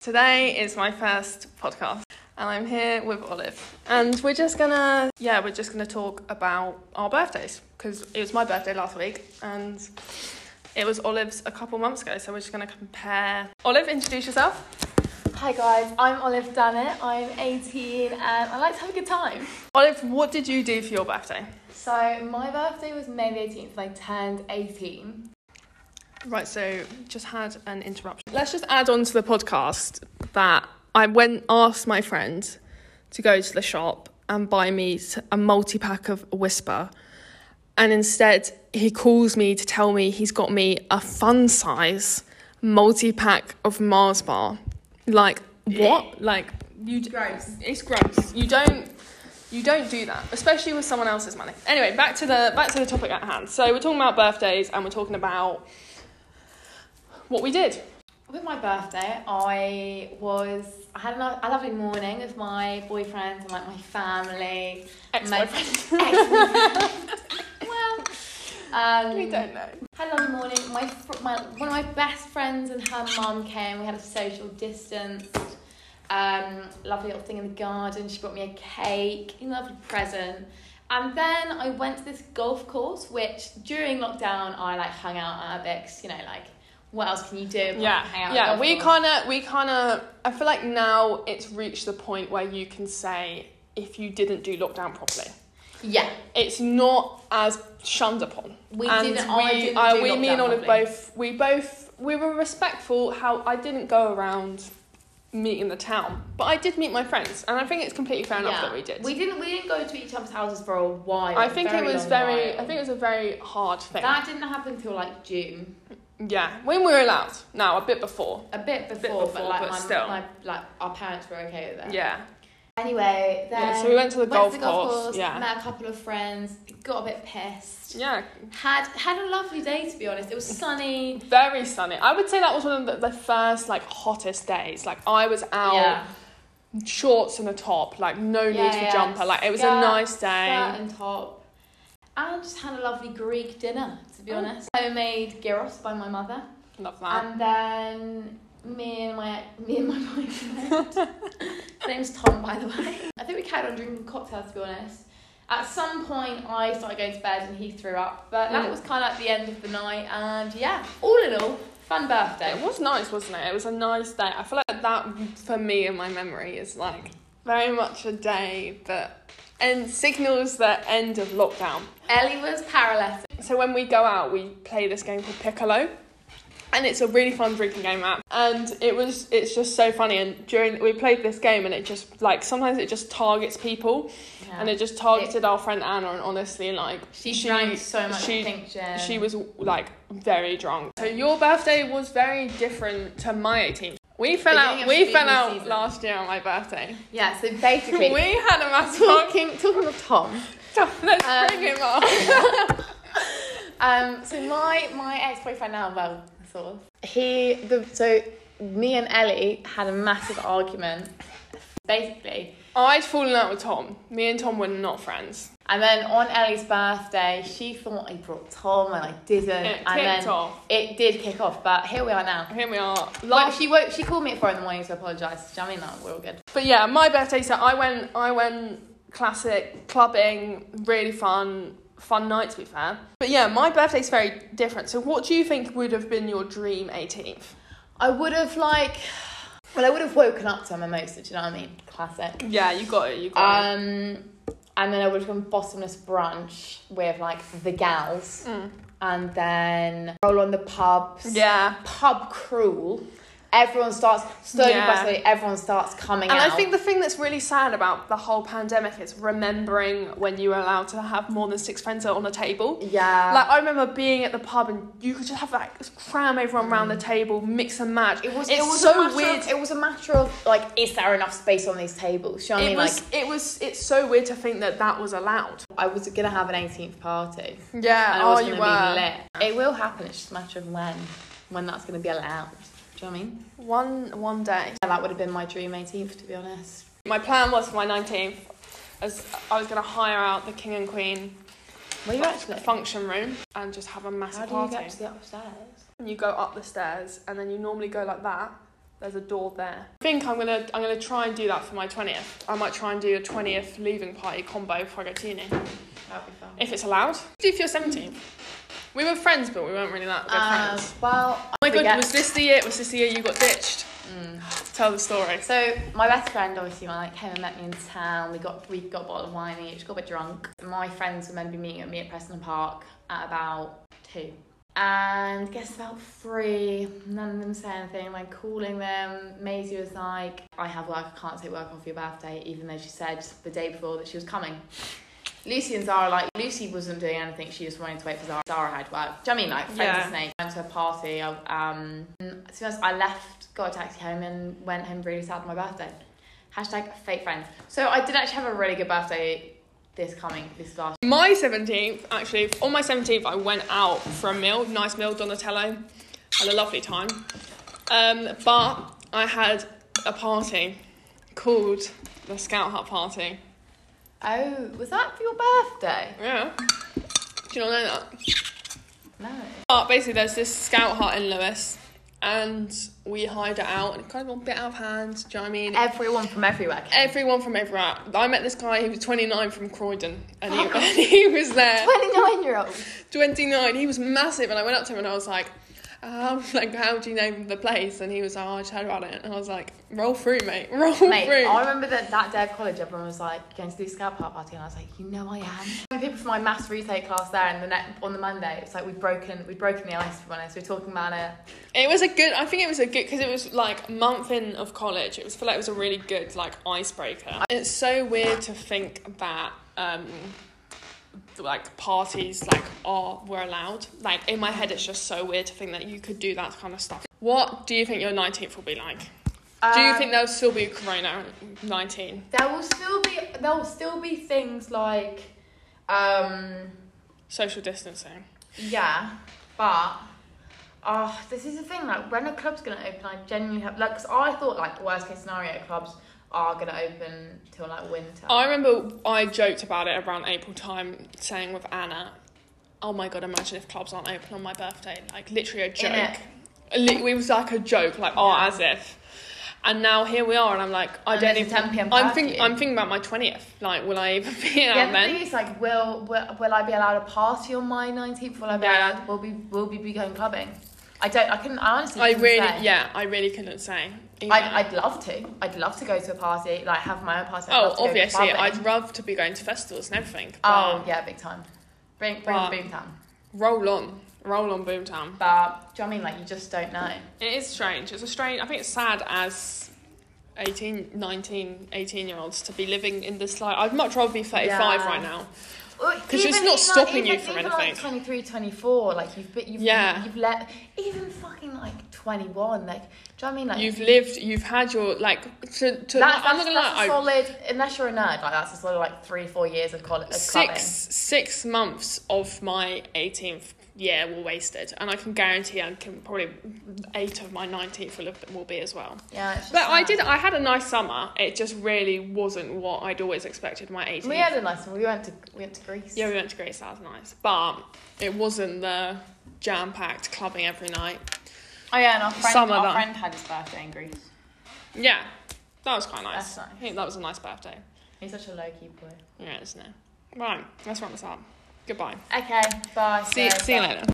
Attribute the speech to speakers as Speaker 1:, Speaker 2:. Speaker 1: Today is my first podcast, and I'm here with Olive. And we're just gonna, yeah, we're just gonna talk about our birthdays because it was my birthday last week, and it was Olive's a couple months ago. So we're just gonna compare. Olive, introduce yourself.
Speaker 2: Hi guys, I'm Olive Dunnett. I'm 18 and I like to have a good time.
Speaker 1: Olive, what did you do for your birthday?
Speaker 2: So my birthday was May the 18th and I turned 18.
Speaker 1: Right, so just had an interruption. Let's just add on to the podcast that I went asked my friend to go to the shop and buy me s- a multi pack of Whisper, and instead he calls me to tell me he's got me a fun size multi pack of Mars bar. Like what? Like you? d-
Speaker 3: Gross.
Speaker 1: It's gross. You don't. You don't do that, especially with someone else's money. Anyway, back to the back to the topic at hand. So we're talking about birthdays, and we're talking about what we did.
Speaker 2: With my birthday, I was I had a nice- a lovely morning with my boyfriend and like my family.
Speaker 1: Ex-boyfriend.
Speaker 2: Ex- well, um,
Speaker 1: we don't know.
Speaker 2: Had a lovely morning. My, fr- my one of my best friends and her mum came. We had a social distance. Um, lovely little thing in the garden. She brought me a cake, a lovely present. And then I went to this golf course, which during lockdown I like hung out at a bit. 'cause, you know, like what else can you do? apart
Speaker 1: Yeah,
Speaker 2: from hang out at a
Speaker 1: yeah.
Speaker 2: golf
Speaker 1: We
Speaker 2: course?
Speaker 1: kind of, we kind of. I feel like now it's reached the point where you can say if you didn't do lockdown properly,
Speaker 2: Yeah,
Speaker 1: it's not as shunned upon.
Speaker 2: we
Speaker 1: and
Speaker 2: didn't.
Speaker 1: We,
Speaker 2: I didn't
Speaker 1: I-
Speaker 2: do
Speaker 1: we, me and
Speaker 2: lockdown
Speaker 1: Olive
Speaker 2: properly.
Speaker 1: both. We both. We were respectful. How I didn't go around meeting the town, but I did meet my friends, and I think it's completely fair enough
Speaker 2: Yeah.
Speaker 1: that we did.
Speaker 2: We didn't. We didn't go to each other's houses for a while.
Speaker 1: I think it
Speaker 2: very
Speaker 1: was
Speaker 2: long
Speaker 1: very.
Speaker 2: while.
Speaker 1: I think it was a very hard thing.
Speaker 2: that didn't happen till like June.
Speaker 1: yeah, when we were allowed. No, a bit before.
Speaker 2: A bit before, but
Speaker 1: before,
Speaker 2: like
Speaker 1: but
Speaker 2: my,
Speaker 1: still.
Speaker 2: my like our parents were okay with that.
Speaker 1: Yeah.
Speaker 2: Anyway, then
Speaker 1: Yeah, so we went to the golf course, yeah.
Speaker 2: Met a couple of friends. Got a bit pissed.
Speaker 1: Yeah,
Speaker 2: Had had a lovely day to be honest. It was sunny.
Speaker 1: very sunny. I would say that was one of the, the first like hottest days. Like I was out
Speaker 2: yeah.
Speaker 1: shorts and a top, like no
Speaker 2: Yeah,
Speaker 1: need for
Speaker 2: yeah,
Speaker 1: jumper. Like it was a
Speaker 2: skirt,
Speaker 1: nice
Speaker 2: Skirt
Speaker 1: day.
Speaker 2: and top. And just had a lovely Greek dinner to be
Speaker 1: Oh.
Speaker 2: honest. Homemade gyros by my mother.
Speaker 1: Love that.
Speaker 2: And then me and my me and my boyfriend. His name's Tom, by the way. I think we carried on drinking cocktails to be honest. At some point, I started going to bed and he threw up, but that
Speaker 1: Mm.
Speaker 2: was kind of like the end of the night. And yeah, all in all, fun birthday.
Speaker 1: it was nice, wasn't it? It was a nice day. I feel like that for me in my memory is like very much a day that and signals the end of lockdown.
Speaker 2: Ellie was paralytic.
Speaker 1: So when we go out, we play this game called Piccolo, and it's a really fun drinking game app. And it was, it's just so funny. And during we played this game, and it just like sometimes it just targets people, and it just targeted our friend Anna. And honestly, like
Speaker 2: she, drank so much
Speaker 1: she-
Speaker 2: pink gin.
Speaker 1: she was like very drunk. So your birthday was very different to my 18th. We fell
Speaker 2: Beginning
Speaker 1: out.
Speaker 2: of
Speaker 1: We fell
Speaker 2: skiing
Speaker 1: out
Speaker 2: season.
Speaker 1: last year on my birthday.
Speaker 2: yeah. So
Speaker 1: We
Speaker 2: basically,
Speaker 1: had a massive
Speaker 2: talking talking of Tom.
Speaker 1: Let's
Speaker 2: Um,
Speaker 1: bring him up.
Speaker 2: Um, so my my ex boyfriend now, well, sort of. He the so me and Ellie had a massive argument, basically.
Speaker 1: I'd fallen out with Tom. Me and Tom were not friends.
Speaker 2: And then on Ellie's birthday, she thought I brought Tom and I didn't,
Speaker 1: It
Speaker 2: and
Speaker 1: kicked
Speaker 2: then
Speaker 1: off.
Speaker 2: it did kick off. But here we are now.
Speaker 1: Here we are.
Speaker 2: Like
Speaker 1: Like,
Speaker 2: she woke, she called me at four in the morning to apologise. Do you know what I mean like, we're all good?
Speaker 1: but yeah, my birthday. So I went. I went classic clubbing. Really fun. Fun night to be fair. But yeah, my birthday's very different. So what do you think would have been your dream 18th?
Speaker 2: I would have like, well, I would have woken up to a mimosa. Do you know what I mean? Classic.
Speaker 1: Yeah, you got it. You got
Speaker 2: Um, and then I would have gone bottomless brunch with like the gals,
Speaker 1: it. Mm.
Speaker 2: and then roll on the pubs.
Speaker 1: Yeah.
Speaker 2: Pub crawl. Everyone starts slowly
Speaker 1: Yeah.
Speaker 2: by slowly. Everyone starts coming
Speaker 1: And
Speaker 2: out.
Speaker 1: I think the thing that's really sad about the whole pandemic is remembering when you were allowed to have more than six friends on a table.
Speaker 2: yeah,
Speaker 1: Like I remember being at the pub and you could just have like cram everyone round the table, mix and match.
Speaker 2: it was.
Speaker 1: it's
Speaker 2: it was
Speaker 1: so
Speaker 2: a matter
Speaker 1: weird.
Speaker 2: Of, it was a matter of like, is there enough space on these tables? Do you know what I
Speaker 1: It
Speaker 2: mean?
Speaker 1: was.
Speaker 2: like,
Speaker 1: It was. It's so weird to think that that was allowed.
Speaker 2: I was gonna have an 18th party.
Speaker 1: Yeah.
Speaker 2: And I
Speaker 1: Oh,
Speaker 2: was
Speaker 1: you
Speaker 2: gonna
Speaker 1: were.
Speaker 2: be lit. It will happen. It's just a matter of when, when that's gonna be allowed. Do you know what I mean?
Speaker 1: One one day.
Speaker 2: Yeah, that would have been my dream 18th, to be honest.
Speaker 1: My plan was for my nineteenth, as I was gonna hire out the king and queen
Speaker 2: Were you actually?
Speaker 1: function room and just have a
Speaker 2: How
Speaker 1: massive
Speaker 2: do you
Speaker 1: party.
Speaker 2: get to the upstairs?
Speaker 1: And you go up the stairs and then you normally go like that.
Speaker 2: There's a door there.
Speaker 1: I think I'm gonna I'm gonna try and do that for my twentieth. I might try and do a twentieth leaving party combo before I go to uni,
Speaker 2: That'd be fun.
Speaker 1: if it's allowed. Do for your seventeenth. We were friends, but we weren't really that good
Speaker 2: Um,
Speaker 1: friends.
Speaker 2: well,
Speaker 1: Oh my god,
Speaker 2: forget-
Speaker 1: was this the year? Was this the year you got ditched?
Speaker 2: Mm.
Speaker 1: Tell the story.
Speaker 2: So my best friend obviously when like came and met me in town. We got we got a bottle of wine each, got a bit drunk. My friends were meant to be meeting at me at Preston Park at about two. And guess about three, none of them say anything. I'm like calling them. Maisie was like, I have work, I can't take work off your birthday, even though she said the day before that she was coming. Lucy and Zara, like, Lucy wasn't doing anything, she just wanted to wait for Zara. Zara had work. Do you know what I mean? Like, friends
Speaker 1: Yeah.
Speaker 2: yeah. snake. I went to a party. I, um, and to be honest, I left, got a taxi home, and went home really sad on my birthday. Hashtag fake friends. So I did actually have a really good birthday this coming, this last
Speaker 1: My 17th, actually, on my 17th, I went out for a meal, nice meal, Donatello. Had a lovely time. Um, but I had a party called the Scout Hut Party.
Speaker 2: Oh, was that for your birthday?
Speaker 1: Yeah. Do you not know that?
Speaker 2: No.
Speaker 1: But basically, there's this Scout Hut in Lewis, and we hired it out, and it kind of got a bit out of hand. Do you know what I mean?
Speaker 2: Everyone from everywhere. Came.
Speaker 1: Everyone from everywhere. I met this guy who was 29 from Croydon, and he, and he was there.
Speaker 2: 29 year old.
Speaker 1: 29. He was massive, and I went up to him and I was like, um, like, how do you name the place? And he was like, oh, I just heard about it. And I was like, roll through, mate. Roll
Speaker 2: Mate,
Speaker 1: through.
Speaker 2: I remember that that day of college, everyone was like going to do scout park party, and I was like, you know I am. And people from my maths retake class there, and the next on the Monday, it's like we'd broken we'd broken the ice. To be honest, we were talking about it.
Speaker 1: It was a good. I think it was a good because it was like a month in of college. It was feel like it was a really good like icebreaker. It's so weird to think that um, like parties like are were allowed. Like in my head, it's just so weird to think that you could do that kind of stuff. What do you think your nineteenth will be like? Do you
Speaker 2: Um,
Speaker 1: think there'll still be Corona nineteen?
Speaker 2: there will still be there will still be things like, um,
Speaker 1: social distancing.
Speaker 2: yeah, but. Oh, this is the thing. Like, when a club's gonna open, I genuinely have like. 'cause I thought like worst case scenario, clubs are gonna open till like winter.
Speaker 1: I remember I joked about it around April time, saying with Anna, "Oh my god, imagine if clubs aren't open on my birthday!" Like literally a joke.
Speaker 2: Innit?
Speaker 1: Li- It was like a joke, like oh,
Speaker 2: Yeah.
Speaker 1: as if. And now here we are, and I'm like, I
Speaker 2: And
Speaker 1: don't
Speaker 2: it's
Speaker 1: even.
Speaker 2: a 10 p.m.
Speaker 1: I'm thinking.
Speaker 2: curfew.
Speaker 1: I'm thinking about my twentieth. Like, will I even be out
Speaker 2: yeah, the
Speaker 1: then?
Speaker 2: thing is, like, will, will will I be allowed a party on my nineteenth? Will I be
Speaker 1: Yeah.
Speaker 2: allowed? Will we will we be going clubbing? I don't. I couldn't. I honestly.
Speaker 1: I
Speaker 2: couldn't
Speaker 1: really,
Speaker 2: say.
Speaker 1: yeah, I really couldn't say. either.
Speaker 2: I'd, I'd love to. I'd love to go to a party, like have my own party. I'd love to
Speaker 1: oh,
Speaker 2: go
Speaker 1: obviously,
Speaker 2: clubbing.
Speaker 1: I'd love to be going to festivals and everything.
Speaker 2: Oh
Speaker 1: but
Speaker 2: yeah, big time. Bring bring
Speaker 1: But-
Speaker 2: the boom down.
Speaker 1: Roll on, roll on, Boomtown.
Speaker 2: But do you know what I mean? Like you just don't know.
Speaker 1: It is strange. It's a strange. I think it's sad as 18, 19, 18 year olds to be living in this life. I'd much rather be 35
Speaker 2: Yeah.
Speaker 1: right now.
Speaker 2: Because
Speaker 1: it's not stopping you from
Speaker 2: even Like
Speaker 1: anything.
Speaker 2: 23, 24, like you've been, you've,
Speaker 1: Yeah.
Speaker 2: you've let even fucking like twenty one, like do you know what I mean? Like
Speaker 1: You've lived, you've had your, like, to, to,
Speaker 2: That's,
Speaker 1: I'm
Speaker 2: that's,
Speaker 1: not gonna
Speaker 2: that's
Speaker 1: lie,
Speaker 2: a
Speaker 1: I-
Speaker 2: solid, unless you're a nerd, like that's a solid like three, four years of college. Of
Speaker 1: six,
Speaker 2: clubbing.
Speaker 1: six months of my 18th year were wasted. And I can guarantee I can probably, eight of my 19th will, have, will be as well.
Speaker 2: Yeah, it's just
Speaker 1: But I
Speaker 2: sad.
Speaker 1: did, I had a nice summer. It just really wasn't what I'd always expected my 18th.
Speaker 2: We had a nice one. We went to we went to Greece.
Speaker 1: Yeah, we went to Greece. That was nice, but it wasn't the jam-packed clubbing every night.
Speaker 2: Oh yeah, and our friend,
Speaker 1: Summer
Speaker 2: our
Speaker 1: that.
Speaker 2: friend had his birthday in Greece.
Speaker 1: Yeah, that was quite nice.
Speaker 2: That's nice.
Speaker 1: I think that was a nice birthday.
Speaker 2: He's such a low key boy.
Speaker 1: Yeah, isn't it? Right, let's wrap this up. Goodbye.
Speaker 2: Okay, bye.
Speaker 1: See,
Speaker 2: guys.
Speaker 1: see you
Speaker 2: Bye.
Speaker 1: later.